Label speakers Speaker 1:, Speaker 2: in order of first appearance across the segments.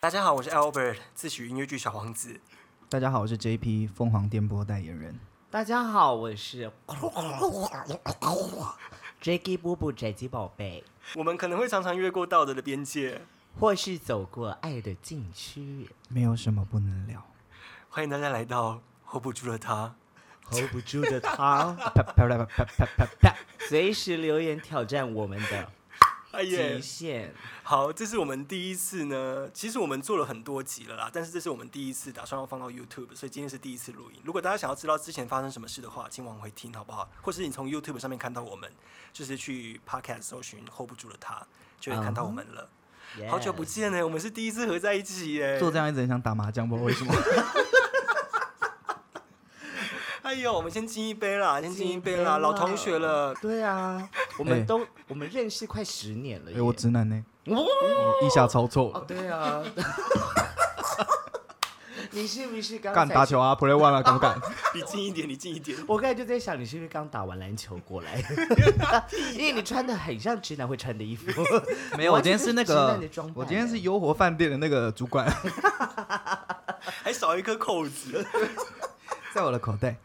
Speaker 1: 大家好，我是 Albert，自诩音乐剧小王子。
Speaker 2: 大家好，我是 JP 凤凰电波代言人。
Speaker 3: 大家好，我是 Jacky 波波宅基宝贝，
Speaker 1: 我们可能会常常越过道德的边界，
Speaker 3: 或是走过爱的禁区
Speaker 2: 没有什么不能聊。
Speaker 1: 欢迎大家来到 hold 不住了他。
Speaker 3: ，hold 不住的他，
Speaker 2: 啪啪啪啪啪啪啪！
Speaker 3: 随时留言挑战我们的
Speaker 1: 哎
Speaker 3: 极
Speaker 1: 耶，
Speaker 3: 限。
Speaker 1: 好，这是我们第一次呢。其实我们做了很多集了啦，但是这是我们第一次打算要放到 YouTube，所以今天是第一次录音。如果大家想要知道之前发生什么事的话，请往回听好不好？或是你从 YouTube 上面看到我们，就是去 Podcast 搜寻 hold 不住了他，就会看到我们了。
Speaker 3: Yes
Speaker 1: 好久不见呢，我们是第一次合在一起耶。
Speaker 2: 做这样一直很想打麻将，不知道为什么。
Speaker 1: 哎呦，我们先敬一杯啦，先敬一杯
Speaker 3: 敬一杯
Speaker 1: 啦，
Speaker 3: 啦
Speaker 1: 老同学了。
Speaker 3: 对啊，我
Speaker 2: 哎
Speaker 3: 们都、我们认识快十年了耶。
Speaker 2: 哎，我直男呢，
Speaker 3: 哦
Speaker 2: 一下操作了，
Speaker 3: 哦 对啊，你是不是刚才
Speaker 2: 干打球啊，play one 啊，敢不敢？
Speaker 1: 你近一点，你近一点。
Speaker 3: 我刚才就在想，你是不是刚打完篮球过来？ 因为你穿的很像直男会穿的衣服。
Speaker 2: 没有，我今天是那
Speaker 3: 直男
Speaker 2: 个
Speaker 3: 的装，扮
Speaker 2: 我今天是优活饭店的那个主管，
Speaker 1: 还少一颗扣子。
Speaker 2: 在我的口袋。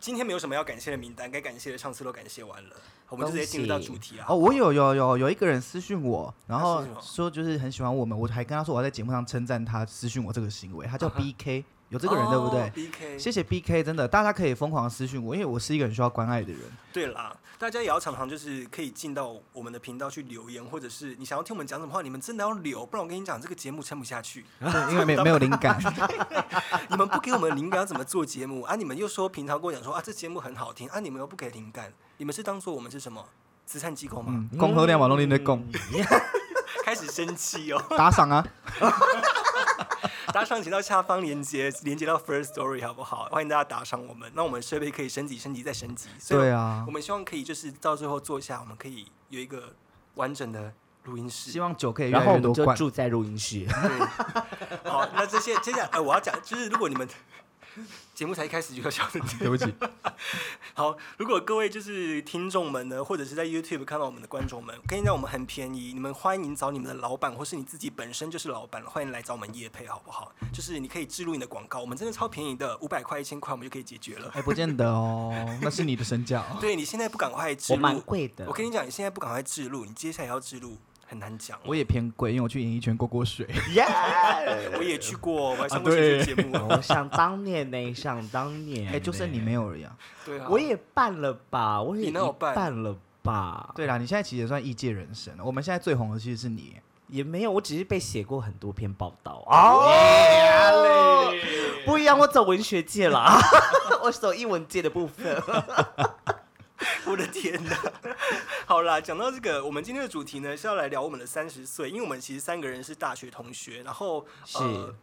Speaker 1: 今天没有什么要感谢的名单，该感谢的上次都感谢完了，我们就直接进入到主题啊。
Speaker 2: 哦，我有有有有一个人私讯我，然
Speaker 1: 他
Speaker 2: 后
Speaker 1: 私讯我
Speaker 2: 说就是很喜欢我们，我还跟他说我要在节目上称赞他私讯我这个行为，他叫 BK，有这个人对不对？
Speaker 1: ？B K，
Speaker 2: 谢谢 BK，真的，大家可以疯狂私讯我，因为我是一个很需要关爱的人。
Speaker 1: 对啦，大家也要常常就是可以进到我们的频道去留言，或者是你想要听我们讲什么话，你们真的要留，不然我跟你讲，这个节目撑不下去。
Speaker 2: 对因为没有没有灵 感，
Speaker 1: 你们不给我们灵感，要怎么做节目啊？你们又说平常跟我讲说啊，这节目很好听啊，你们又不给灵感，你们是当做我们是什么慈善机构吗？
Speaker 2: 嗯，供喝量嘛，拢你在供，
Speaker 1: 开始生气哦！
Speaker 2: 打赏 啊，
Speaker 1: 打赏请到下方连接，连接到 First Story 好不好？欢迎大家打赏我们，那我们设备可以升级、升级再升级。所以
Speaker 2: 对啊
Speaker 1: 我，们希望可以就是到最后做一下，我们可以有一个完整的录音室。
Speaker 2: 希望酒可以越
Speaker 3: 然后
Speaker 2: 来
Speaker 3: 我
Speaker 2: 越多
Speaker 3: 们就
Speaker 2: 罐。
Speaker 3: 住在录音 室。
Speaker 1: 对，好，那这些接下来呃，我要讲就是如果你们节目才一开始就要笑的，
Speaker 2: 对不 起，
Speaker 1: 好，如果各位就是听众们呢，或者是在 YouTube 看到我们的观众们，跟你讲我们很便宜，你们欢迎找你们的老板，或是你自己本身就是老板，欢迎来找我们业配好不好？就是你可以置入你的广告，我们真的超便宜的，五百块、一千块我们就可以解决了。
Speaker 2: 哎，不见得哦，那是你的身价哦。
Speaker 1: 对你现在不赶快置
Speaker 3: 我
Speaker 1: 入，
Speaker 3: 蛮贵的
Speaker 1: 我跟你讲，你现在不赶快置入，你接下来要置入很难讲。
Speaker 2: 我也偏贵，因为我去演艺圈过过水。
Speaker 3: 耶！
Speaker 1: 我也去过，我还上
Speaker 2: 啊
Speaker 1: 过选秀
Speaker 2: 对
Speaker 1: 节目。
Speaker 3: 我想当年呢，想当年呢，
Speaker 2: 哎，就剩你没有而已啊。
Speaker 1: 对啊，
Speaker 3: 我也办了吧，我也
Speaker 1: 你哪有
Speaker 3: 一
Speaker 1: 办
Speaker 3: 半了吧，
Speaker 2: 对啦，你现在其实也算异界人生啊了。我们现在最红的其实是 你，
Speaker 3: 也没有，我只是被写过很多篇报道哦，不一样，我走文学界了， 我走英文界的部分。
Speaker 1: 我的天哪！好啦，讲到这个，我们今天的主题呢是要来聊我们的三十岁，因为我们其实三个人是大学同学，然后呃
Speaker 3: 是，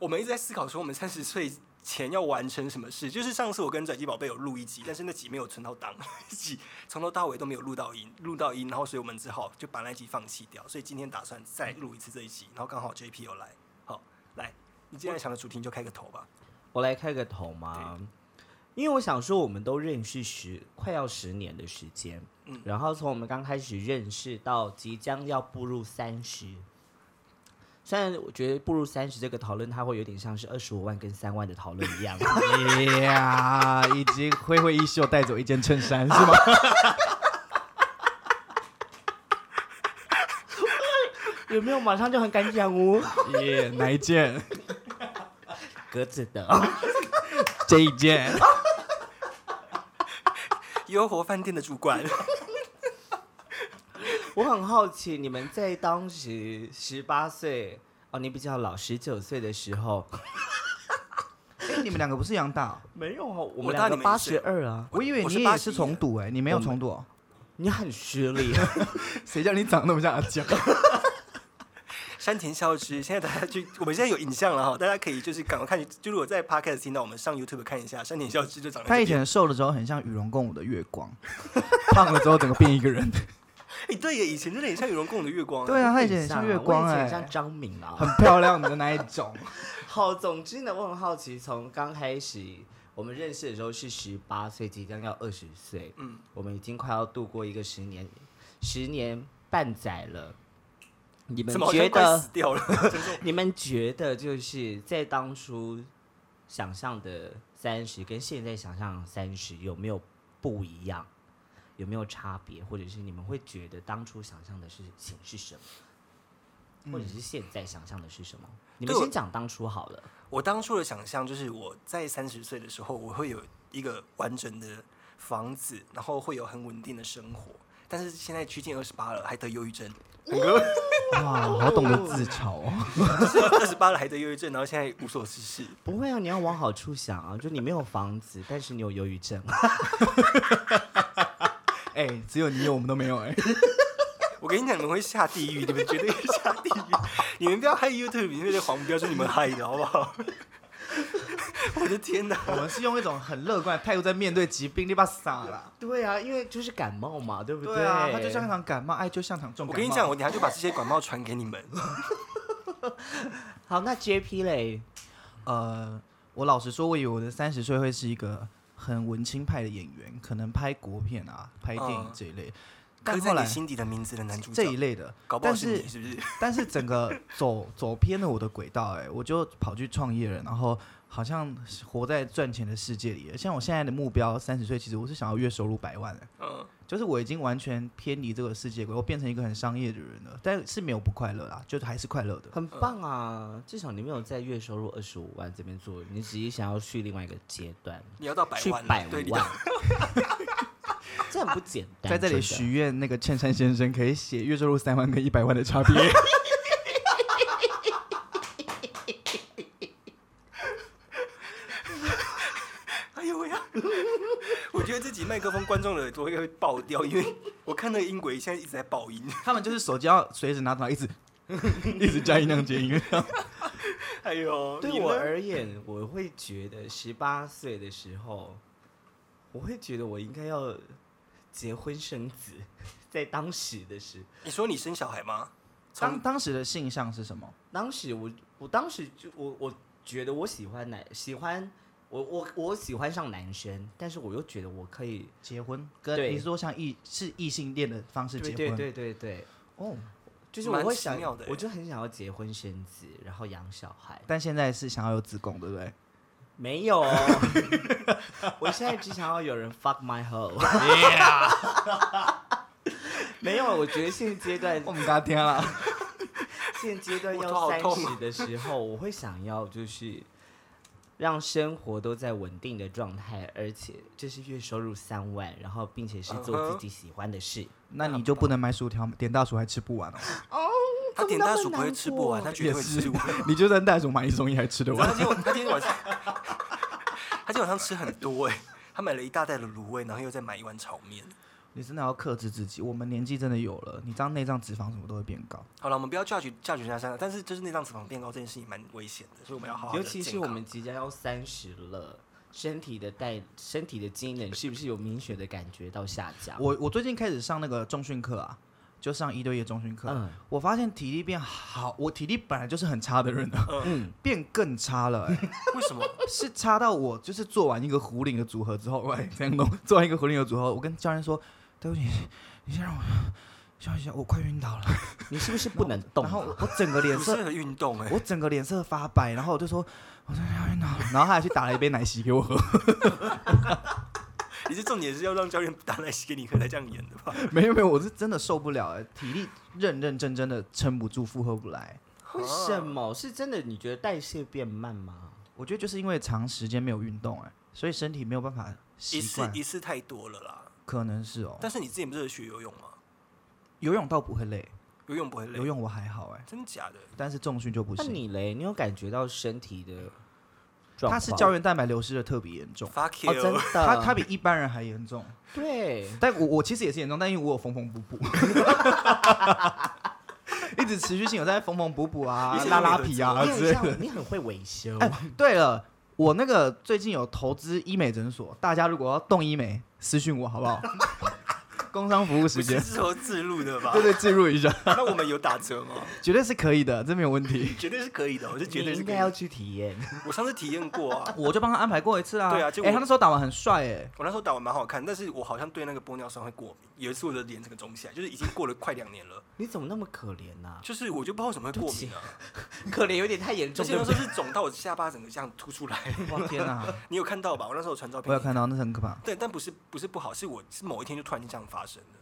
Speaker 1: 我们一直在思考说我们三十岁。前要完成什么事？就是上次我跟拽鸡宝贝有录一集，但是那集没有存到档， 一集从头到尾都没有录到音，录到音，然后所以我们只好就把那集放弃掉。所以今天打算再录一次这一集，然后刚好 JP 有来，好来，你今天想的主题你就开个头吧。
Speaker 3: 我来开个头嘛，因为我想说，我们都认识十快要十年的时间，
Speaker 1: 嗯
Speaker 3: 然后从我们刚开始认识到即将要步入三十，虽然我觉得步入三十这个讨论，它会有点像是二十五万跟三万的讨论一 样，
Speaker 2: 哎呀，以及挥挥衣袖带走一件衬衫是 吗？
Speaker 3: 有没有？马上就很敢讲哦，
Speaker 2: 耶，哪一件？
Speaker 3: 格子的，
Speaker 2: 这一 件。
Speaker 1: 优活饭店的主管，
Speaker 3: 我很好奇，你们在当时十八岁哦，你比较老，十九岁的时候，
Speaker 2: 哎，你们两个不是一样大哦？
Speaker 3: 没有啊，我
Speaker 1: 我
Speaker 3: 们
Speaker 1: 大你
Speaker 3: 两个
Speaker 1: 们
Speaker 3: 八
Speaker 1: 一岁
Speaker 3: 十二啊，
Speaker 2: 我以为
Speaker 1: 我
Speaker 2: 你
Speaker 1: 是
Speaker 2: 也
Speaker 1: 81
Speaker 2: 是重读哎，你没有重读哦？
Speaker 3: 你很失礼。啊
Speaker 2: 谁叫你长得那么像阿江？
Speaker 1: 山田孝之，现在大家去，我们现在有影像了哈，大家可以就是赶快看，就如果在 podcast 听到，我们上 YouTube 看一下山田孝之就长得。
Speaker 2: 他以前瘦的时候很像与龙共舞的月光，胖了之后整个变一个人，
Speaker 1: 哎、对耶，以前真的很像《与龙共舞的月光》。
Speaker 2: 对啊他以前很像
Speaker 3: 像
Speaker 2: 月光哎
Speaker 3: 像张敏啊。
Speaker 2: 很漂亮的那一种。
Speaker 3: 好，总之呢，我很好奇，从刚开始我们认识的时候是十八岁，即将要二十岁，
Speaker 1: 嗯
Speaker 3: 嗯，我们已经快要度过一个十年，十年半载了。你们
Speaker 1: 怎么好
Speaker 3: 觉
Speaker 1: 像快
Speaker 3: 得
Speaker 1: 死掉了？真是
Speaker 3: 你们觉得就是在当初想象的三十跟现在想象三十有没有不一样？有没有差别？或者是你们会觉得当初想象的事情是什么？或者是现在想象的是什么？你们
Speaker 1: 对我
Speaker 3: 先讲当初好了。
Speaker 1: 我当初的想象就是我在三十岁的时候，我会有一个完整的房子，然后会有很稳定的生活。但是现在趋近二十八了，还得忧郁症， 很多
Speaker 2: 哇，好懂得自嘲哦。
Speaker 1: 二十八了还得忧郁症，然后现在无所事事。
Speaker 3: 不会啊，你要往好处想啊，就你没有房子，但是你有忧郁症。
Speaker 2: 哎、只有你有，我们都没有哎、
Speaker 1: 我跟你讲，你们会下地狱，你们绝对会下地狱。你们不要害 YouTube 里面的黄标，是你们害的，好不好？ 我的天哪！
Speaker 2: 我们是用一种很乐观的态度在面对疾病，你把傻啦。
Speaker 3: 对啊，因为就是感冒嘛，对不
Speaker 2: 对啊，他就像场感冒，爱就像场重
Speaker 1: 我
Speaker 2: 感冒。
Speaker 1: 跟你讲，我等一下就把这些广告传给你们。
Speaker 3: 好，那 JP 嘞，
Speaker 2: 呃，我老实说，我以为我的三十岁会是一个很文青派的演员，可能拍国片啊、拍电影
Speaker 1: 嗯
Speaker 2: 这一类，但
Speaker 1: 刻
Speaker 2: 后
Speaker 1: 在
Speaker 2: 来
Speaker 1: 你心底的名字的男主
Speaker 2: 这
Speaker 1: 角，
Speaker 2: 一类的。
Speaker 1: 搞不好
Speaker 2: 但
Speaker 1: 是
Speaker 2: 是
Speaker 1: 你，是不是？
Speaker 2: 但是整个走走偏了我的轨道、哎，我就跑去创业了，然后好像活在赚钱的世界里了。像我现在的目标，三十岁其实我是想要月收入百万、哎
Speaker 1: 嗯，
Speaker 2: 就是我已经完全偏离这个世界轨，我变成一个很商业的人了，但是没有不快乐啦，就是还是快乐的。
Speaker 3: 很棒啊！至少你没有在月收入二十五万这边做，你只是想要去另外一个阶段，
Speaker 1: 你要到百
Speaker 3: 去
Speaker 1: 万了，
Speaker 3: 百
Speaker 1: 对，你
Speaker 3: 万，这很不简单。
Speaker 2: 在这里
Speaker 3: 真的
Speaker 2: 许愿，那个衬衫先生可以写月收入三万跟一百万的差别。
Speaker 1: 哎呦喂呀！我觉得这集麦克风观众的耳朵应该会爆掉，因为我看那个音轨现在一直在爆音。
Speaker 2: 他们就是手机要随时拿出来，一直 一直加音量接音乐。
Speaker 1: 哎呦，
Speaker 3: 对
Speaker 1: 你呢
Speaker 3: 我而言，我会觉得十八岁的时候，我会觉得我应该要结婚生子，在当时的时
Speaker 1: 你说你生小孩吗？
Speaker 2: 当
Speaker 1: 从
Speaker 2: 当时的性向是什么？
Speaker 3: 当时我我当时就我我觉得我喜欢男喜欢我我我喜欢上男生，但是我又觉得我可以
Speaker 2: 结婚跟
Speaker 3: 对
Speaker 2: 你是说像异是异性恋的方式结
Speaker 3: 对
Speaker 2: 婚？
Speaker 3: 对对对对，
Speaker 2: 哦，
Speaker 3: 就是
Speaker 1: 蛮
Speaker 3: 我会
Speaker 1: 奇
Speaker 3: 想
Speaker 1: 妙的，欸
Speaker 3: 我就很想要结婚生子，然后养小孩。
Speaker 2: 但现在是想要有子宫，对不对？
Speaker 3: 没有，哦 我现在只想要有人 fuck my hoe。没有，我觉得现阶 段
Speaker 2: 我们刚刚听啊了，
Speaker 3: 现阶段
Speaker 1: 我头
Speaker 3: 要
Speaker 1: 好
Speaker 3: 三
Speaker 1: 痛啊
Speaker 3: 十的时候，我会想要就是让生活都在稳定的状态，而且就是月收入三万，然后并且是
Speaker 1: 嗯
Speaker 3: 做自己喜欢的事。
Speaker 2: 那你就不能买薯条，点大薯还吃不完哦。
Speaker 1: 他点大薯不会吃不完，他绝对会吃完。
Speaker 2: 你就算袋鼠买一送一还吃得
Speaker 1: 你知道他今天晚
Speaker 2: 完。
Speaker 1: 他今天晚上他今天晚上吃很多哎、他买了一大袋的卤味，然后又再买一碗炒面。
Speaker 2: 你真的要克制自己，我们年纪真的有了，你这样内脏脂肪什么都会变高。
Speaker 1: 好了，我们不要 judge judge 人家三，但是就是内脏脂肪变高这件事情蛮危险的，所以我们要好好地
Speaker 3: 尤其是
Speaker 1: 健
Speaker 3: 我
Speaker 1: 康
Speaker 3: 们即将要三十了，身体的代身体的机能是不是有明显的感觉到下降？
Speaker 2: 我我最近开始上那个重训课啊，就上一对一的重训课，
Speaker 3: 嗯
Speaker 2: 我发现体力变好，我体力本来就是很差的人啊，
Speaker 3: 嗯，
Speaker 2: 变更差了、哎
Speaker 1: 为什么？
Speaker 2: 是差到我就是做完一个壶铃的组合之后，喂，这样弄，做完一个壶铃的组合，我跟教练说，对不起，你先让我 休息一下，我快晕倒 了，
Speaker 3: 你是不是不能动
Speaker 2: 然后我
Speaker 3: 啊？
Speaker 2: 我整个 脸
Speaker 1: 不适
Speaker 2: 色。
Speaker 1: 合运动哎、
Speaker 2: 我整个脸色发白，然后我就说，我真的要晕倒了，然后他还去打了一杯奶昔给我喝，
Speaker 1: 你是重点是要让教练打奶昔给你喝才这样演的吧？
Speaker 2: 没有没有，我是真的受不了、哎，体力认认真真的撑不住，负荷不来。
Speaker 3: 为什么？是真的？你觉得代谢变慢吗？
Speaker 2: 我觉得就是因为长时间没有运动、哎，所以身体没有办法习
Speaker 1: 一次
Speaker 2: 惯，
Speaker 1: 一次太多了啦。
Speaker 2: 可能是哦。
Speaker 1: 但是你之前不是有学游泳吗？
Speaker 2: 游泳倒不会累，
Speaker 1: 游泳不会累？
Speaker 2: 游泳我还好、哎，
Speaker 1: 真假的？
Speaker 2: 但是重训就不
Speaker 3: 那
Speaker 2: 行。
Speaker 3: 你嘞？你有感觉到身体的状况？
Speaker 2: 它是胶原蛋白流失的特别严重，
Speaker 1: Fuck
Speaker 3: 哦，
Speaker 1: you！、
Speaker 3: 真的，
Speaker 2: 它它比一般人还严重。
Speaker 3: 对，
Speaker 2: 但我我其实也是严重，但因为我有缝缝补 补，一直持续性有在缝缝补补啊
Speaker 1: 你，是
Speaker 2: 拉拉皮啊
Speaker 3: 你
Speaker 2: 之类
Speaker 3: 很
Speaker 2: 的。
Speaker 3: 像，你很会维修。
Speaker 2: 对了，我那个 最近有投资医美诊所，大家如果要动医美，私讯我好不好？啊工商服务
Speaker 1: 不
Speaker 2: 时
Speaker 1: 是
Speaker 2: 间，
Speaker 1: 自由自录的吧
Speaker 2: 对？对，置入一下，
Speaker 1: 那我们有打折吗？
Speaker 2: 绝对是可以的，这没有问题。
Speaker 1: 绝对是可以的，我是绝
Speaker 3: 你
Speaker 1: 对是
Speaker 3: 应
Speaker 1: 可
Speaker 3: 该
Speaker 1: 以
Speaker 3: 要
Speaker 1: 的。
Speaker 3: 去体验。
Speaker 1: 我上次体验过啊，
Speaker 2: 我就帮他安排过一次啊，
Speaker 1: 对啊结果
Speaker 2: 哎，他那时候打完很帅哎，
Speaker 1: 我那时候打完蛮好看，但是我好像对那个玻尿酸会过敏。有一次我的脸整个肿起来，就是已经过了快两年 了，
Speaker 3: 你怎么那么可怜 呐、
Speaker 1: 就是我就不知道为什么会过敏啊。
Speaker 3: 可怜有点太严
Speaker 1: 而
Speaker 3: 重，
Speaker 1: 且
Speaker 3: 对
Speaker 1: 那
Speaker 3: 不
Speaker 1: 时候是肿到我下巴整个这样凸出来，
Speaker 2: 哇天哪，
Speaker 1: 你有看到吧？我那时候有传照片。
Speaker 2: 我有看到，那是很可怕。
Speaker 1: 对，但不是不是不好，是我是某一天就突然间这样发生的。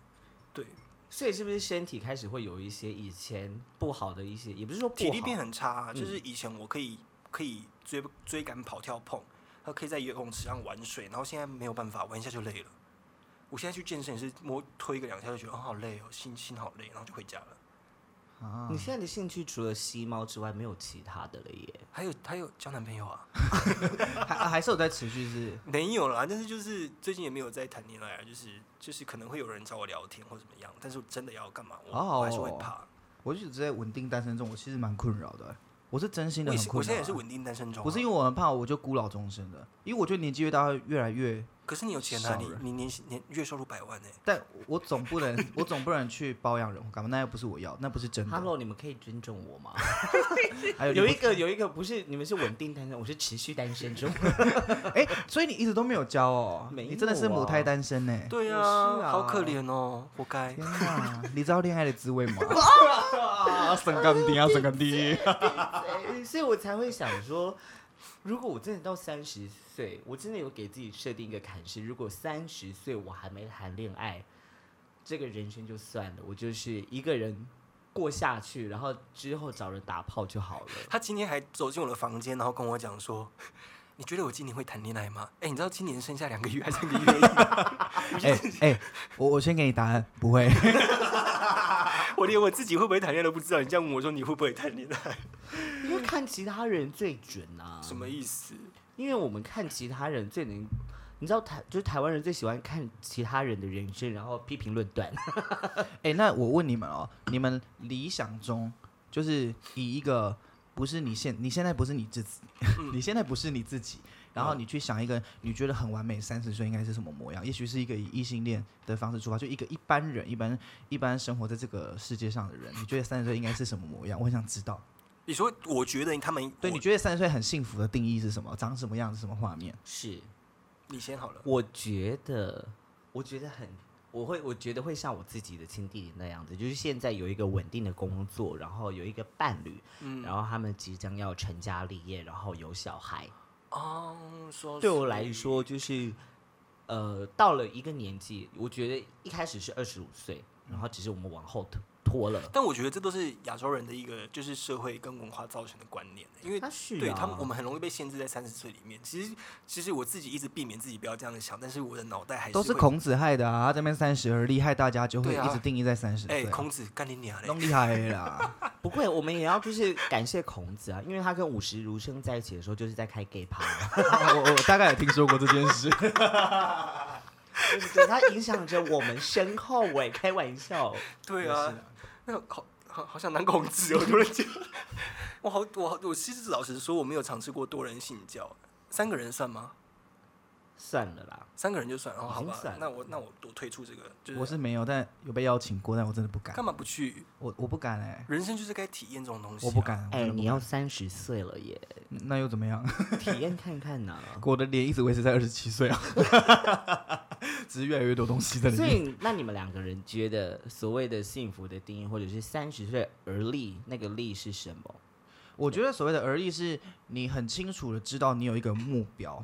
Speaker 1: 对，
Speaker 3: 所以是不是身体开始会有一些以前不好的一些，也不是说不好，
Speaker 1: 体力变很差、啊，
Speaker 2: 嗯
Speaker 1: 就是以前我可以可以追追赶跑跳碰，还可以在游泳池上玩水，然后现在没有办法，玩一下就累了。我现在去健身也是摸推个两下就觉得哦好累哦，心心好累，然后就回家了。
Speaker 2: 啊
Speaker 3: 你现在的兴趣除了吸猫之外，没有其他的了耶。
Speaker 1: 还有还有交男朋友啊？
Speaker 3: 啊
Speaker 2: 还还是有在持续是
Speaker 1: 没有啦，但是就是最近也没有在谈恋爱啊，就是就是可能会有人找我聊天或怎么样，但是我真的要干嘛，我,、
Speaker 2: 哦
Speaker 1: 我还是会怕。
Speaker 2: 我就一直在稳定单身中，我其实蛮困扰的、我是真心
Speaker 1: 我
Speaker 2: 的
Speaker 1: 也
Speaker 2: 很
Speaker 1: 是，我
Speaker 2: 困
Speaker 1: 现
Speaker 2: 扰、
Speaker 1: 在也是稳定单身中、啊。
Speaker 2: 不是因为我很怕，我就孤老终生的，因为我觉得年纪越大会越来越，
Speaker 1: 可是你有钱啊，
Speaker 2: 少
Speaker 1: 你
Speaker 2: 人哎
Speaker 1: 你年年月收入百万欸呢、
Speaker 2: 但我总不能 我总不能去包养人或干嘛，那又不是我要，那不是真的。
Speaker 3: Hello，你们可以尊重我 吗？
Speaker 2: 还有
Speaker 3: 有
Speaker 2: 另
Speaker 3: 一个有一个不是你们是稳定单身，我是持续单 身中。
Speaker 2: 哎、所以你一直都没有交哦，
Speaker 3: 没有啊
Speaker 2: 你真的是母胎单身呢、
Speaker 1: 对啊，
Speaker 3: 我是啊
Speaker 1: 好可怜哦，活该。
Speaker 2: 天啊哪，你知道恋爱的滋 味吗？啊，神干爹啊，神干爹！
Speaker 3: 对所以我才会想说，如果我真的到三十岁，我真的有给自己设定一个坎是，如果三十岁我还没谈恋爱，这个人生就算了，我就是一个人过下去，然后之后找人打炮就 好了。
Speaker 1: 他今天还走进我的房间，然后跟我讲说：“你觉得我今年会谈恋爱吗？”哎、你知道今年剩下两个月还剩一个月 吗，
Speaker 2: 哎哎、我我先给你答案，不会。
Speaker 1: 我连我自己会不会谈恋爱都不知道。你这样问我说你会不会谈恋爱，
Speaker 3: 因为看其他人最准啊，
Speaker 1: 什么意思？
Speaker 3: 因为我们看其他人最能，你知道台就是台湾人最喜欢看其他人的人生，然后批评论 断。
Speaker 2: 哎、那我问你们哦，你们理想中就是以一个不是你现你现在不是你自己，
Speaker 1: 嗯
Speaker 2: 你现在不是你自己，然后你去想一个你觉得很完美三十岁应该是什么模样？也许是一个以异性恋的方式出发，就一个一般人、一般一般生活在这个世界上的人，你觉得三十岁应该是什么模样？我很想知道。
Speaker 1: 你说，我觉得他们
Speaker 2: 对，
Speaker 1: 我
Speaker 2: 你觉得三十岁很幸福的定义是什么？长什么样子？什么画面？
Speaker 3: 是，
Speaker 1: 你先好了。
Speaker 3: 我觉得，我觉得很，我会，我觉得会像我自己的亲弟弟那样子，就是现在有一个稳定的工作，然后有一个伴侣，
Speaker 1: 嗯
Speaker 3: 然后他们即将要成家立业，然后有小孩。
Speaker 1: 哦，说
Speaker 3: 对我来，说，就是呃，到了一个年纪，我觉得一开始是二十五岁，然后只是我们往后拖拖了。
Speaker 1: 但我觉得这都是亚洲人的一个就是社会跟文化造成的观念，欸因为
Speaker 3: 他是、啊、
Speaker 1: 对他们，我们很容易被限制在三十岁里面。其实，其实我自己一直避免自己不要这样的想，但是我的脑袋还
Speaker 2: 都是
Speaker 1: 哎是会。
Speaker 2: 孔子害的啊！这边三十而立，害大家就会
Speaker 1: 对啊
Speaker 2: 一直定义在三十
Speaker 1: 哎、
Speaker 2: 岁，啊
Speaker 1: 孔子干你娘嘞！
Speaker 2: 弄厉害的啦。
Speaker 3: 不会，我们也要就是感谢孔子啊，因为他跟五十儒生在一起的时候，就是在开 gay 趴。
Speaker 2: 我我大概有听说过这件事。
Speaker 3: 对对对，它影响着我们身后哎、开玩笑，
Speaker 1: 对啊，那好好好想当孔子哦！突然间， 我好我好我其实老实说，我没有尝试过多人信教，三个人算吗？
Speaker 3: 算了啦。
Speaker 1: 三个人就算，哦，
Speaker 3: 已
Speaker 1: 好
Speaker 3: 经
Speaker 1: 吧
Speaker 3: 算，了
Speaker 1: 那我那我我退出这个，就是
Speaker 2: 我是没有，但有被邀请过，但我真的不敢
Speaker 1: 干。嘛不去？
Speaker 2: 我我不敢哎、
Speaker 1: 人生就是该体验这种东西、啊
Speaker 2: 我不，敢。我
Speaker 3: 哎、
Speaker 2: 真的不
Speaker 3: 你要三十岁了耶，
Speaker 2: 那又怎么样？
Speaker 3: 体验看看呐、
Speaker 2: 我的脸一直维持在二十七岁啊， 只是越来越多东西在里
Speaker 3: 所
Speaker 2: 面。
Speaker 3: 以，那你们两个人觉得所谓的幸福的定义，或者是三十岁而立那个立是什么？
Speaker 2: 我觉得所谓的而立，是你很清楚的知道你有一个目标，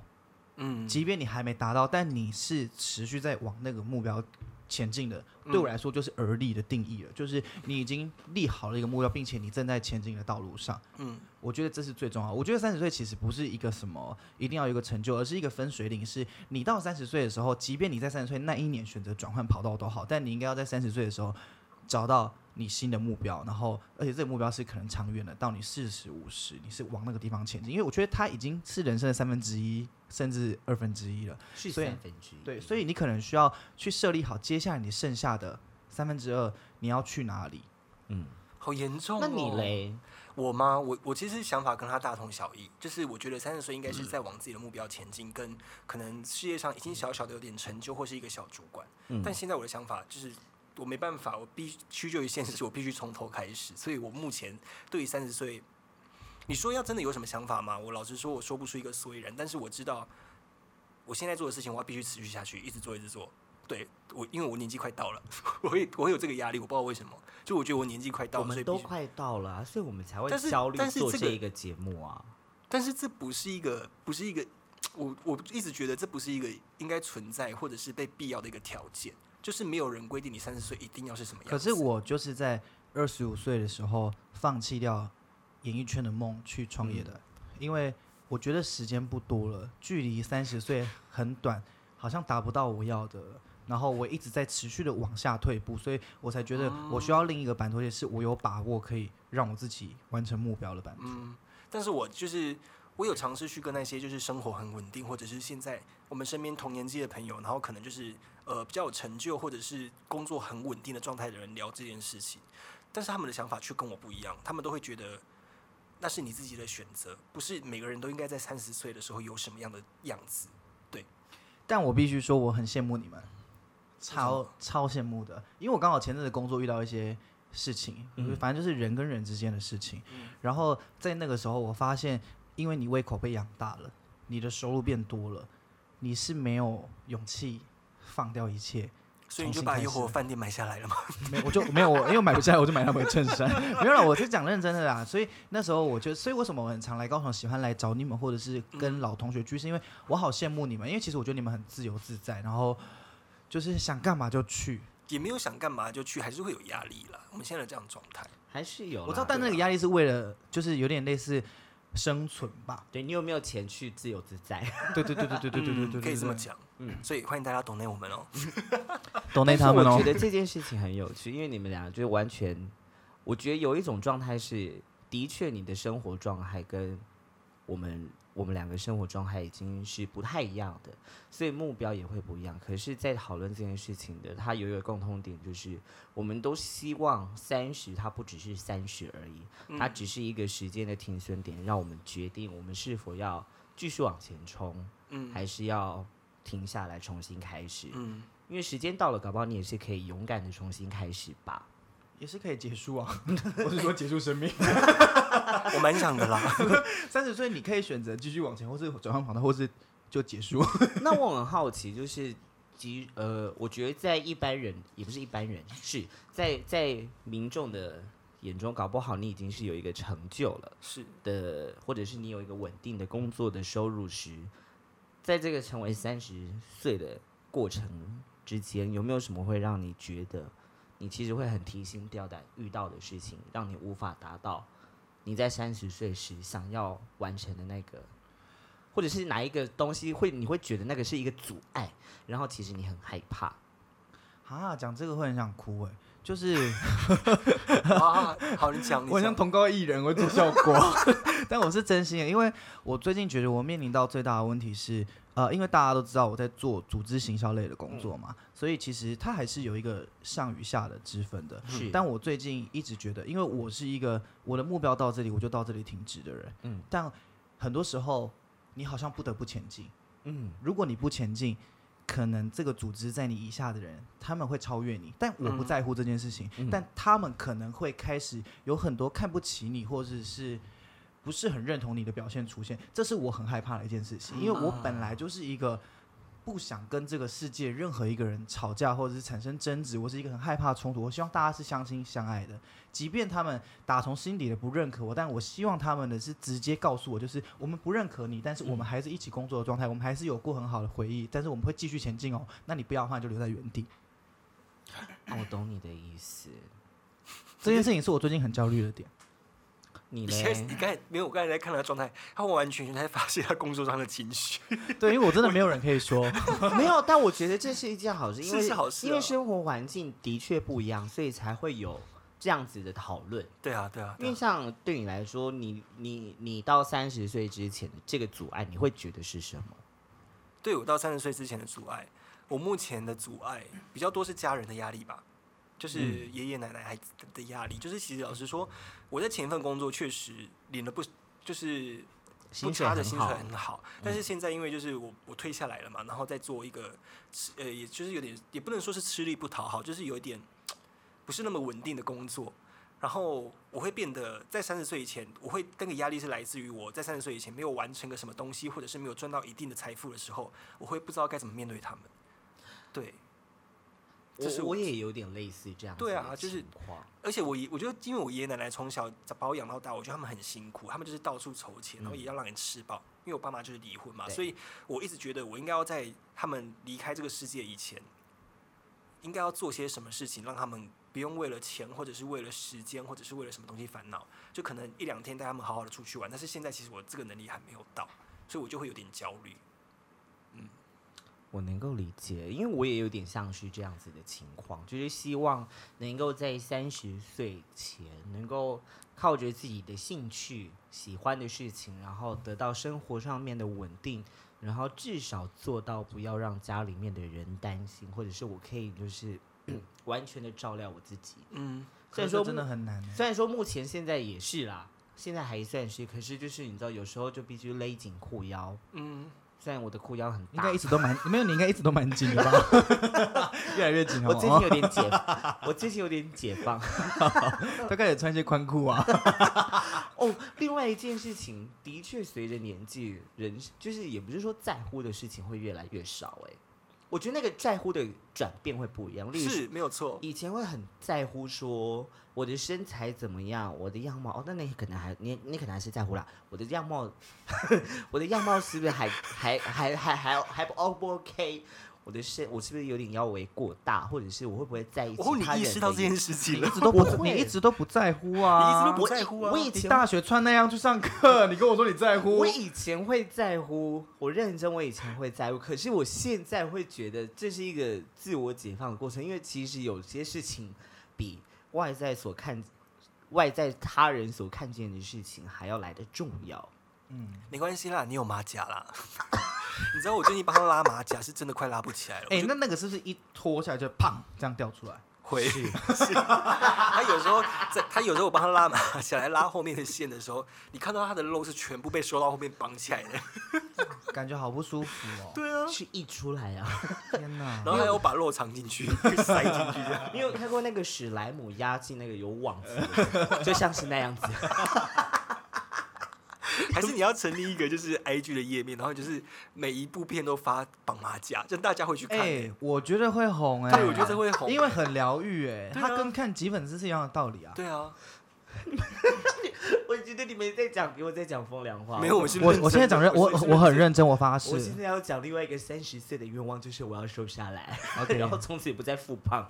Speaker 1: 嗯，
Speaker 2: 即便你还没达到，但你是持续在往那个目标前进的。
Speaker 1: 嗯
Speaker 2: 对我来说，就是而立的定义了，就是你已经立好了一个目标，并且你正在前进的道路上。
Speaker 1: 嗯，
Speaker 2: 我觉得这是最重要的。我觉得三十岁其实不是一个什么一定要有一个成就，而是一个分水岭。是你到三十岁的时候，即便你在三十岁那一年选择转换跑道都好，但你应该要在三十岁的时候找到你新的目标，然后而且这个目标是可能长远的，到你四十五十，你是往那个地方前进。因为我觉得它已经是人生的三分之一甚至二分之一了。
Speaker 3: 是
Speaker 2: 所以
Speaker 3: 三分之一。
Speaker 2: 对，所
Speaker 3: 以
Speaker 2: 以你可能需要去设立好接下来你剩下的三分之二你要去哪里。
Speaker 1: 好严重、哦。
Speaker 3: 那你？嘞？
Speaker 1: 我吗？我我其实想法跟他大同小异，就是我觉得三十岁应该
Speaker 3: 嗯
Speaker 1: 是在往自己的目标前进，跟可能事业上已经小小的有点成就或是一个小主管。
Speaker 3: 嗯
Speaker 1: 但现在我的想法就是。我没办法，我必须就于现实，我必须从头开始。所以我目前对于三十岁，你说要真的有什么想法吗？我老实说，我说不出一个所以然。但是我知道，我现在做的事情，我要必须持续下去，一直做，一直做。对我，因为我年纪快到了， 我会我会有这个压力，我不知道为什么。就我觉得我年纪快到
Speaker 3: 我
Speaker 1: 了，所以必
Speaker 3: 们都
Speaker 1: 须
Speaker 3: 快到了啊、所以我们才会
Speaker 1: 但是
Speaker 3: 焦虑
Speaker 1: 但是
Speaker 3: 做
Speaker 1: 这
Speaker 3: 这
Speaker 1: 个
Speaker 3: 一个节目啊。
Speaker 1: 但是这不是一个，不是一个，我我一直觉得这不是一个应该存在或者是被必要的一个条件，就是没有人规定你三十岁一定要是什么样子。
Speaker 2: 可是我就是在二十五岁的时候放弃掉演艺圈的梦去创业
Speaker 1: 嗯
Speaker 2: 的，因为我觉得时间不多了，距离三十岁很短，好像达不到我要的了。然后我一直在持续的往下退步，所以我才觉得我
Speaker 1: 哦
Speaker 2: 需要另一个版图，也是我有把握可以让我自己完成目标的版图。
Speaker 1: 但是我就是我有尝试去跟那些就是生活很稳定，或者是现在我们身边同年纪的朋友，然后可能就是呃比较有成就或者是工作很稳定的状态的人聊这件事情，但是他们的想法却跟我不一样，他们都会觉得。那是你自己的选择，不是每个人都应该在三十岁的时候有什么样的样子。
Speaker 2: 但我必须说，我很羡慕你们，
Speaker 1: 为
Speaker 2: 超
Speaker 1: 什
Speaker 2: 超羡慕的，因为我刚好前阵子工作遇到一些事情，
Speaker 3: 嗯
Speaker 2: 反正就是人跟人之间的事情。
Speaker 1: 嗯
Speaker 2: 然后在那个时候，我发现，因为你胃口被养大了，你的收入变多了，你是没有勇气放掉一切。
Speaker 1: 所以你就
Speaker 2: 重新
Speaker 1: 把
Speaker 2: 开
Speaker 1: 野
Speaker 2: 始
Speaker 1: 火
Speaker 2: 了
Speaker 1: 饭店买下来了吗？
Speaker 2: 没有，我就没有，我因为我买不下来，我就买他们的衬衫。没有了，我是讲认真的啦。所以那时候我就，所以为什么我很常来高雄，喜欢来找你们，或者是
Speaker 1: 嗯
Speaker 2: 跟老同学聚，是因为我好羡慕你们，因为其实我觉得你们很自由自在，然后就是想干嘛就去。
Speaker 1: 也没有想干嘛就去，还是会有压力啦。我们现在的这样的状态，
Speaker 3: 还是有啦，啊
Speaker 2: 我知道，但那个压力是为了，就是有点类似生存吧。
Speaker 3: 对你有没有钱去自由自在？
Speaker 2: 对对对对对对对对对，
Speaker 1: 嗯可以这么。讲。嗯，所以欢迎大家懂内我们哦。
Speaker 2: 懂内
Speaker 3: 但是
Speaker 2: 他们
Speaker 3: 我
Speaker 2: 哦
Speaker 3: 觉。得这件事情很有趣，因为你们俩就完全，我觉得有一种状态是，的确你的生活状态跟我们我们两个生活状态已经是不太一样的，所以目标也会不一样。可是，在讨论这件事情的，它有一个共通点，就是我们都希望三十，它不只是三十而已，它只是一个时间的停损点，让我们决定我们是否要继续往前冲，
Speaker 1: 嗯
Speaker 3: 还是要停下来重新开始。
Speaker 1: 嗯，
Speaker 3: 因为时间到了，搞不好你也是可以勇敢的重新开始吧。
Speaker 2: 也是可以结束啊， 我是说结束生命。
Speaker 1: 我蛮想的 啦。
Speaker 2: 三十岁你可以选择继续往前，或是转换跑道，或是就结束。
Speaker 3: 那我很好奇，就是即呃，我觉得在一般人也不是一般人，是在在民众的眼中，搞不好你已经是有一个成就了
Speaker 1: 是，
Speaker 3: 的，或者是你有一个稳定的工作的收入时，在这个成为三十岁的过程之间，有没有什么会让你觉得你其实会很提心吊胆遇到的事情，让你无法达到你在三十岁时想要完成的那个，或者是哪一个东西会你会觉得那个是一个阻碍，然后其实你很害怕。
Speaker 2: 啊，讲这个会很想哭哎、就是。
Speaker 1: 啊，好，你讲，你
Speaker 2: 我很像
Speaker 1: 讲。
Speaker 2: 同高艺人，我做效果， 但我是真心的，因为我最近觉得我面临到最大的问题是，呃，因为大家都知道我在做组织行销类的工作嘛，所以其实它还是有一个上与下的之分的。
Speaker 3: 是
Speaker 2: 但我最近一直觉得，因为我是一个我的目标到这里，我就到这里停止的人，嗯，但很多时候你好像不得不前进，嗯，如果你不前进。可能这个组织在你以下的人，他们会超越你，但我不在乎这件事情。但他们可能会开始有很多看不起你，或者是不是很认同你的表现出现，这是我很害怕的一件事情，因为我本来就是一个。不想跟这个世界任何一个人吵架，或者是产生争执，我是一个很害怕冲突。我希望大家是相亲相爱的，即便他们打从心底的不认可我，但我希望他们的是直接告诉我，就是我们不认可你，但是我们还是一起工作的状态，我们还是有过很好的回忆，但是我们会继续前进哦。那你不要的话，就留在原地。
Speaker 3: 啊我懂你的意思，
Speaker 2: 这件事情是我最近很焦虑的点。
Speaker 3: 你
Speaker 1: 你
Speaker 3: 嘞
Speaker 1: 现
Speaker 2: 欸
Speaker 1: 在你刚才没有，我刚才在看他的状态，他完完全全在发泄他工作上的情绪。
Speaker 2: 对，因为我真的没有人可以说。
Speaker 3: 没有，但我觉得这是一件好事，因为
Speaker 1: 是是好事
Speaker 3: 因为
Speaker 1: 啊
Speaker 3: 生活环境的确不一样，所以才会有这样子的讨论。
Speaker 1: 对啊，对啊，对
Speaker 3: 因为
Speaker 1: 啊
Speaker 3: 像对你来说，你你你到三十岁之前的这个阻碍，你会觉得是什么？
Speaker 1: 对我到三十岁之前的阻碍，我目前的阻碍比较多是家人的压力吧。就是
Speaker 2: 嗯
Speaker 1: 爷爷奶奶孩子的压力。就是其实老实说，我在前一份工作确实领了不就是不
Speaker 3: 薪水
Speaker 1: 差的
Speaker 3: 很
Speaker 1: 薪水
Speaker 3: 好，嗯
Speaker 1: 很好，但是现在因为就是我我退下来了嘛，然后再做一个吃呃，也就是有点也不能说是吃力不讨好，就是有一点不是那么稳定的工作。然后我会变得在三十岁以前，我会那个压力是来自于我在三十岁以前没有完成个什么东西，或者是没有赚到一定的财富的时候，我会不知道该怎么面对他们。对，这是
Speaker 3: 我我也有点类似这样子
Speaker 1: 对啊
Speaker 3: 的
Speaker 1: 就是
Speaker 3: 情况
Speaker 1: 而且我爷，我觉得因为我爷爷奶奶从小把我养到大，我觉得他们很辛苦，他们就是到处筹钱，然后也要让人吃饱。因为我爸妈就是离婚嘛，
Speaker 3: 嗯对
Speaker 1: 所以我一直觉得我应该要在他们离开这个世界以前，应该要做些什么事情，让他们不用为了钱，或者是为了时间，或者是为了什么东西烦恼。就可能一两天带他们好好的出去玩，但是现在其实我这个能力还没有到，所以我就会有点焦虑。
Speaker 3: 我能够理解，因为我也有点像是这样子的情况，就是希望能够在三十岁前，能够靠着自己的兴趣、喜欢的事情，然后得到生活上面的稳定，然后至少做到不要让家里面的人担心，或者是我可以就是 完全的照料我自己。
Speaker 1: 嗯，
Speaker 3: 虽
Speaker 2: 可
Speaker 3: 然
Speaker 2: 是
Speaker 3: 说
Speaker 2: 这真的很难欸、
Speaker 3: 虽然说目前现在也是啦，现在还算是，可是就是你知道，有时候就必须勒紧裤腰。
Speaker 1: 嗯，
Speaker 3: 虽然我的裤腰很
Speaker 2: 应
Speaker 3: 大
Speaker 2: 该一，直都蛮没有，你应该一直都蛮紧的吧？越来越紧哦好
Speaker 3: 我
Speaker 2: 不
Speaker 3: 最
Speaker 2: 好
Speaker 3: 近有点解，
Speaker 1: 哦
Speaker 3: 我最近有点解放。
Speaker 2: 大概也穿一些宽裤啊。
Speaker 3: 哦，另外一件事情，的确随着年纪，人就是也不是说在乎的事情会越来越少、哎，我觉得那个在乎的转变会不一样。例如
Speaker 1: 是没有错。
Speaker 3: 以前会很在乎说我的身材怎么样，我的样貌哦，那你可能还你你可能还是在乎啦，我的样貌， 我的样貌是不是还还还还还还不 O 不 OK？我的身我是不是有点腰围过大，或者是我会不会在意其
Speaker 1: 哦，你
Speaker 3: 他人的眼？
Speaker 1: 意识到这件事情
Speaker 2: 你一
Speaker 1: 了，
Speaker 2: 直都不
Speaker 3: 不，会
Speaker 2: 你一直都不在乎啊！
Speaker 1: 你一直都不
Speaker 3: 我
Speaker 1: 在
Speaker 3: 以
Speaker 1: 乎啊
Speaker 3: 我以
Speaker 2: 你
Speaker 3: 前
Speaker 2: 大学穿那样去上课，你跟我说你在乎
Speaker 3: 我？以前会在乎，我认真，我以前会在乎，可是我现在会觉得这是一个自我解放的过程，因为其实有些事情比外在所看、外在他人所看见的事情还要来的重要。
Speaker 2: 嗯
Speaker 1: 没关系啦，你有马甲啦。 你知道我最近帮他拉马甲是真的快拉不起来了，
Speaker 2: 哎、
Speaker 1: 我就
Speaker 2: 那那个是不是一脱下来就砰这样掉出来？
Speaker 1: 会。是 他有时候在，他有时候我帮他拉马甲来拉后面的线的时候，你看到他的肉是全部被收到后面绑起 来的。
Speaker 2: 感觉好不舒服哦！
Speaker 1: 对啊，
Speaker 3: 是溢出来啊！
Speaker 2: 天哪
Speaker 1: 然！后还有把肉藏进 去，塞进去这样。
Speaker 3: 你有看过那个史莱姆压进那个有网子的，就像是那 样子。
Speaker 1: 还是你要成立一个就是 IG 的页面，然后就是每一部片都发绑马甲，让大家会去
Speaker 2: 哎、
Speaker 1: 看、欸。
Speaker 2: 我觉得会红哎、
Speaker 1: 对，我觉得这会红，
Speaker 2: 因为很疗愈哎，
Speaker 1: 对啊
Speaker 2: 它跟看几粉丝是一样的道理啊。
Speaker 1: 对啊，
Speaker 3: 我觉得你们在讲，比我在讲风凉话。
Speaker 1: 没有，我是
Speaker 2: 我
Speaker 1: 认真
Speaker 2: 我现在讲认，
Speaker 1: 的
Speaker 2: 我
Speaker 1: 是
Speaker 2: 我很
Speaker 1: 真
Speaker 2: 认真，我发誓
Speaker 3: 我。现在要讲另外一个三十岁的愿望，就是我要瘦下来
Speaker 2: OK
Speaker 3: 然后从此也不再复 胖。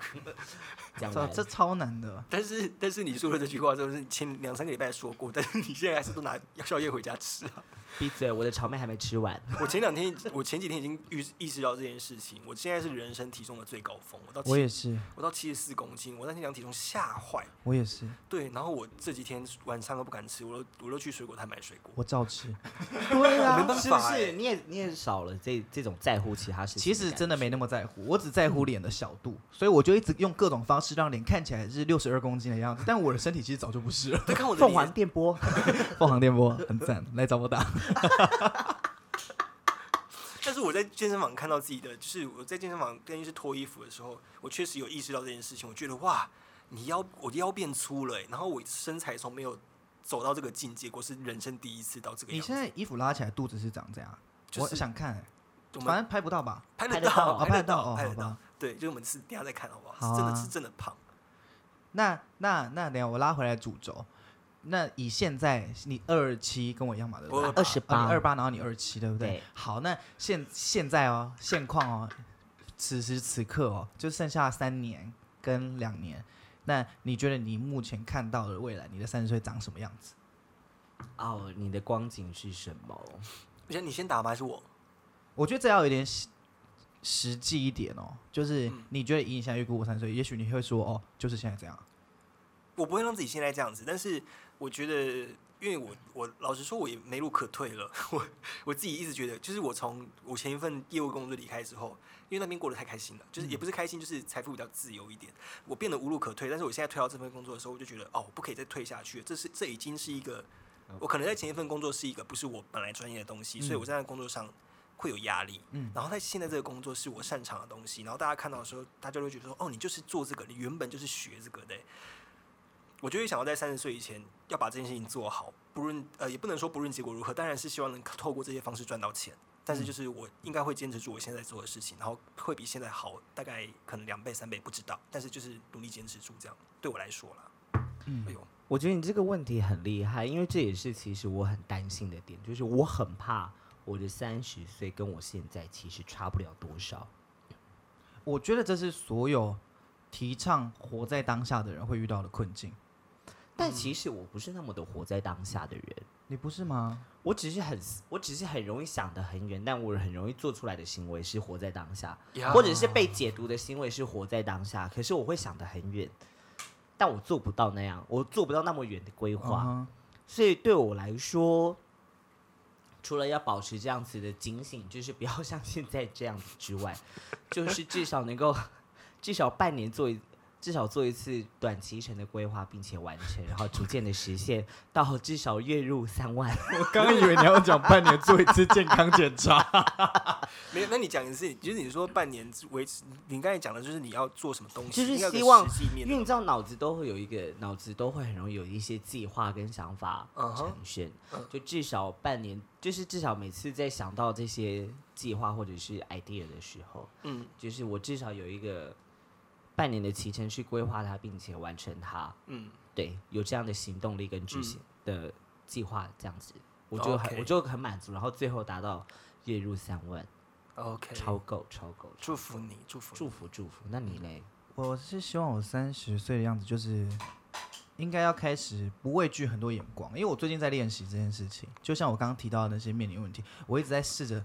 Speaker 3: 讲
Speaker 2: 这
Speaker 3: 完
Speaker 2: 这超难的，
Speaker 1: 但是但是你说的这句话，就是前两三个礼拜说过，但是你现在还是都拿宵夜回家吃啊。
Speaker 3: 闭嘴，我的炒面还没吃完。
Speaker 1: 我前两天，我前几天已经意意识到这件事情，我现在是人生体重的最高峰，我到
Speaker 2: 我
Speaker 1: 七
Speaker 2: 也是，
Speaker 1: 我到七十四公斤，我那天量体重吓坏。
Speaker 2: 我也是，
Speaker 1: 对，然后我这几天晚上都不敢吃，我都我都去水果摊买水果。
Speaker 2: 我照吃。
Speaker 3: 对
Speaker 1: 啊我没办
Speaker 3: 是不
Speaker 1: 法欸
Speaker 3: 是？你也你也少了这这种在乎其他事情。
Speaker 2: 其实真的没嗯那么在乎，我只在乎脸的小度，所以我就一直用各种方式让脸看起来是六十二公斤的样子，但我的身体其实早就不是 了。
Speaker 1: 对，看我的
Speaker 3: 凤凰
Speaker 1: 脸，
Speaker 3: 电波，
Speaker 2: 凤凰电波很赞，来找我打。
Speaker 1: 但是我在健身房看到自己的，就是我在健身房跟医师脱衣服的时候，我确实有意识到这件事情，我觉得哇，你腰我的腰变粗了欸、然后我身材从没有走到这个境界过，是人生第一次到这个
Speaker 2: 你
Speaker 1: 样子。
Speaker 2: 现在衣服拉起来，肚子是长这样啊？
Speaker 1: 就
Speaker 2: 我
Speaker 1: 是
Speaker 2: 想看欸，
Speaker 1: 我们
Speaker 2: 反正拍不到吧？
Speaker 1: 拍
Speaker 3: 拍
Speaker 1: 得
Speaker 3: 得
Speaker 1: 到，
Speaker 3: 到
Speaker 2: 哦
Speaker 1: 拍得
Speaker 2: 拍得到
Speaker 1: 到，
Speaker 2: 哦
Speaker 1: 拍得
Speaker 2: 好
Speaker 1: 到
Speaker 2: 吧。
Speaker 1: 对，就是我们是等一下再看好不好？
Speaker 2: 好啊
Speaker 1: 是真的是真的胖，
Speaker 2: 那那那，等一下我拉回来主轴。那以现在你二七跟我一样嘛，对不对
Speaker 1: 我？
Speaker 3: 啊二十八
Speaker 2: 二八，然后哦你二七，对不对？
Speaker 3: 对
Speaker 2: 好，那现现在哦，现况哦，此时此刻哦，就剩下三年跟两年。那你觉得你目前看到的未来，你的三十岁长什么样子？
Speaker 3: 哦，你的光景是什么？
Speaker 1: 你先你先打吧，还是我？
Speaker 2: 我觉得这要有点实实际一点哦，就是你觉得以你现在预估我三十岁，也许你会说哦，就是现在这样。
Speaker 1: 我不会让自己现在这样子，但是我觉得因为我我老实说，我也没路可退了。 我我自己一直觉得，就是我从我前一份业务工作离开之后，因为那边过得太开心了，就是也不是开心，就是财富比较自由一点，我变得无路可退。但是我现在退到这份工作的时候，我就觉得哦，不可以再退下去了，这是这已经是一个，我可能在前一份工作是一个不是我本来专业的东西，所以我在那工作上会有压力。嗯，然后在现在这个工作是我擅长的东西，然后大家看到的时候，大家就会觉得说，哦，你就是做这个，你原本就是学这个的欸、我就会想要在三十岁以前要把这件事情做好，不论呃也不能说不论结果如何，当然是希望能透过这些方式赚到钱。但是就是我应该会坚持住我现在做的事情，然后会比现在好大概可能两倍三倍不知道，但是就是努力坚持住这样，对我来说啦。嗯，哎呦，
Speaker 3: 我觉得你这个问题很厉害，因为这也是其实我很担心的点，就是我很怕我的三十岁跟我现在其实差不了多少。
Speaker 2: 我觉得这是所有提倡活在当下的人会遇到的困境。
Speaker 3: 但其实我不是那么的活在当下的人，
Speaker 2: 你不是吗？
Speaker 3: 我只是很，我只是很容易想得很远，但我很容易做出来的行为是活在当下，
Speaker 1: 呀
Speaker 3: 或者是被解读的行为是活在当下。可是我会想得很远，但我做不到那样，我做不到那么远的规划。
Speaker 2: 嗯哼
Speaker 3: 所以对我来说，除了要保持这样子的警醒，就是不要像现在这样子之外，就是至少能够至少半年做一。至少做一次短期程的规划，并且完成，然后逐渐的实现，到至少月入三万。
Speaker 2: 我刚刚以为你要讲半年做一次健康检查，
Speaker 1: 没有，那你讲的是，就是你说半年维持，你刚才讲的就是你要做什么东西，
Speaker 3: 就是
Speaker 1: 应该有个
Speaker 3: 希望
Speaker 1: 实际面
Speaker 3: 因
Speaker 1: 的
Speaker 3: 为你知道，脑子都会有一个，脑子都会很容易有一些计划跟想法
Speaker 1: 嗯哼
Speaker 3: 呈现。就至少半年，就是至少每次在想到这些计划或者是 idea 的时候，
Speaker 1: 嗯，
Speaker 3: 就是我至少有一个半年的期程去规划它，并且完成它。
Speaker 1: 嗯，
Speaker 3: 对，有这样的行动力跟执行的计划，这样子，我就很
Speaker 1: OK
Speaker 3: 我就很满足，然后最后达到月入三万，
Speaker 1: OK，
Speaker 3: 超够，超够，
Speaker 1: 嗯祝福你，祝福
Speaker 3: 祝福祝福。那你嘞？
Speaker 2: 我是希望我三十岁的样子，就是应该要开始不畏惧很多眼光，因为我最近在练习这件事情。就像我刚刚提到的那些面临问题，我一直在试着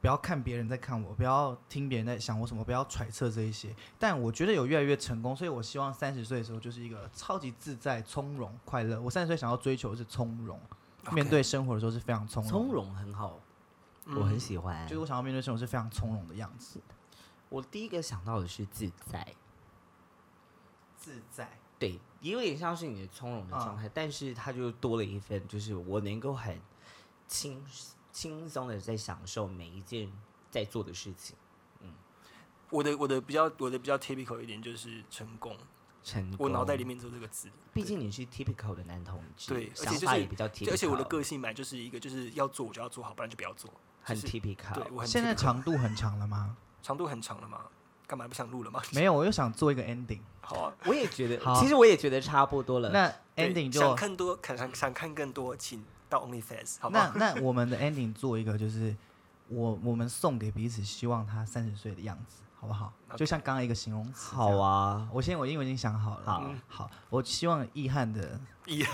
Speaker 2: 不要看别人在看我，不要听别人在想我什么，不要揣测这一些。但我觉得有越来越成功，所以我希望三十岁的时候就是一个超级自在、从容、快乐。我三十岁想要追求的是从容
Speaker 1: OK
Speaker 2: 面对生活的时候是非常从容的，
Speaker 3: 从容很好，
Speaker 1: 嗯
Speaker 3: 我很喜欢。
Speaker 2: 就是我想要面对生活是非常从容的样子，
Speaker 3: 我第一个想到的是自在，
Speaker 2: 自在。
Speaker 3: 对，也有点像是你的从
Speaker 1: 嗯
Speaker 3: 容的状态，但是它就多了一份，就是我能够很轻轻松的在享受每一件在做的事情，
Speaker 1: 我的我的比较我的比较 typical 一点就是成功，
Speaker 3: 成功。
Speaker 1: 我脑袋里，面只有这个字。
Speaker 3: 毕竟你是 typical 的男同志，
Speaker 1: 对，而
Speaker 3: 想
Speaker 1: 且就
Speaker 3: 法
Speaker 1: 是
Speaker 3: 也比较 typical，
Speaker 1: 而且我的个性本来就是一个，就是要做我就要做好，不然就不要做。
Speaker 3: 很
Speaker 1: 就是
Speaker 3: typical，
Speaker 1: 对，我很
Speaker 2: 现在
Speaker 1: typical
Speaker 2: 长度很长了吗？
Speaker 1: 长度很长了嘛，干嘛不想录了嘛？
Speaker 2: 没有，我又想做一个 ending。
Speaker 1: 好啊，
Speaker 3: 我也觉得，
Speaker 2: 好
Speaker 3: 其实我也觉得差不多了。
Speaker 2: 那
Speaker 1: 对
Speaker 2: ending
Speaker 1: 想
Speaker 2: 就
Speaker 1: 看多，看想想看更多，请到 OnlyFans 好不
Speaker 2: 那
Speaker 1: 好？
Speaker 2: 那 我们的 ending 做一个就是我我们送给彼此，希望他三十岁的样子，好不好
Speaker 1: OK
Speaker 2: 就像刚刚一个形容词。
Speaker 3: 好，啊，
Speaker 2: 我现在我因为我已经想好了。
Speaker 3: 好
Speaker 2: 嗯好，我希望易汉的，
Speaker 1: 一
Speaker 3: 啊，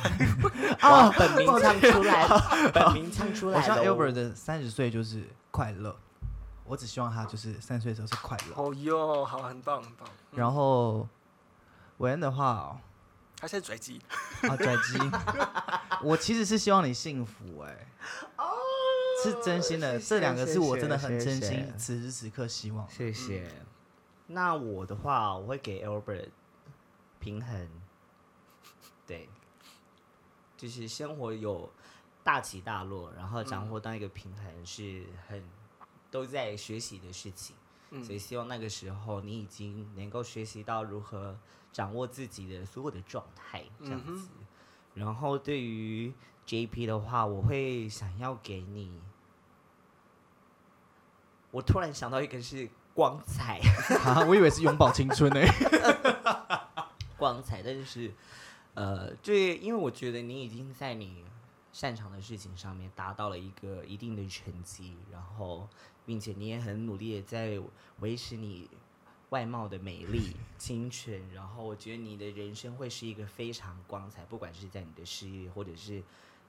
Speaker 3: 本名唱出来， 本名唱出
Speaker 2: 我
Speaker 3: 来
Speaker 2: 希望
Speaker 3: 了
Speaker 2: Albert 的三十岁就是快乐，我只希望他就是三十岁的时候是快乐。
Speaker 1: 哦哟，好，很棒很棒。
Speaker 2: 然后韦恩的话、哦，
Speaker 1: 他现在拽 机，
Speaker 2: 啊，转机， 我其实是希望你幸福哎、是真心的，
Speaker 3: 哦谢谢
Speaker 2: 这两个是我
Speaker 3: 谢谢
Speaker 2: 真的很真
Speaker 3: 谢
Speaker 2: 心
Speaker 3: 谢，
Speaker 2: 此时此刻希望。
Speaker 3: 谢谢。那我的话，我会给 Albert 平衡，对，就是生活有大起大落，然后掌握到一个平衡是很都在学习的事情，所以希望那个时候你已经能够学习到如何掌握自己的所有的状态，这
Speaker 1: 嗯
Speaker 3: 样子。然后对于 JP 的话，我会想要给你。我突然想到一个是光彩，
Speaker 2: 啊，我以为是永葆青春呢、欸
Speaker 3: 光彩，但是，呃，对，因为我觉得你已经在你擅长的事情上面达到了一个一定的成绩，然后，并且你也很努力的在维持你外貌的美 丽、清纯，然后我觉得你的人生会是一个非常光彩，不管是在你的事业或者是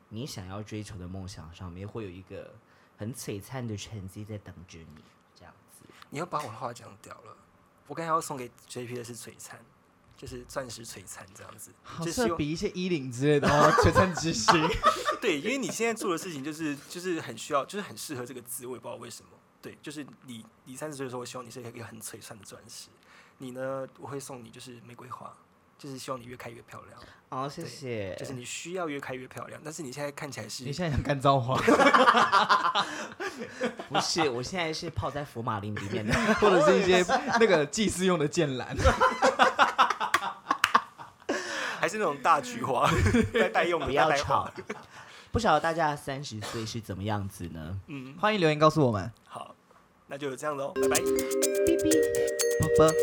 Speaker 3: 你想要追求的梦想上面，会有一个很璀璨的成绩在等着你，这样子。
Speaker 1: 你要把我的话讲掉了。我刚才要送给 JP 的是璀璨，就是钻石璀璨这样子，
Speaker 2: 好
Speaker 1: 就
Speaker 2: 适
Speaker 1: 希
Speaker 2: 合
Speaker 1: 望
Speaker 2: 比一些衣领之类的哦，璀璨之 星。
Speaker 1: 对，因为你现在做的事情就是就是很需要，就是很适合这个字，我也不知道为什么。对，就是你你三十岁的时候，我希望你是一个很璀璨的钻石。你呢，我会送你就是玫瑰花，就是希望你越开越漂亮，
Speaker 3: 哦，谢谢。
Speaker 1: 就是你需要越开越漂亮。但是你现在看起来是
Speaker 2: 你现在想干造化，
Speaker 3: 不是，我现在是泡在福马林里面的。
Speaker 2: 或者是一 些那个祭祀用的剑 兰，
Speaker 1: 还是那种大菊 花，在代用的
Speaker 3: 不 要
Speaker 1: 大白花
Speaker 3: 吵。不晓得大家三十岁是怎么样子呢？
Speaker 1: 嗯，
Speaker 2: 欢迎留言告诉我们。
Speaker 1: 好，那就这样喽，拜拜。
Speaker 2: 啵啵。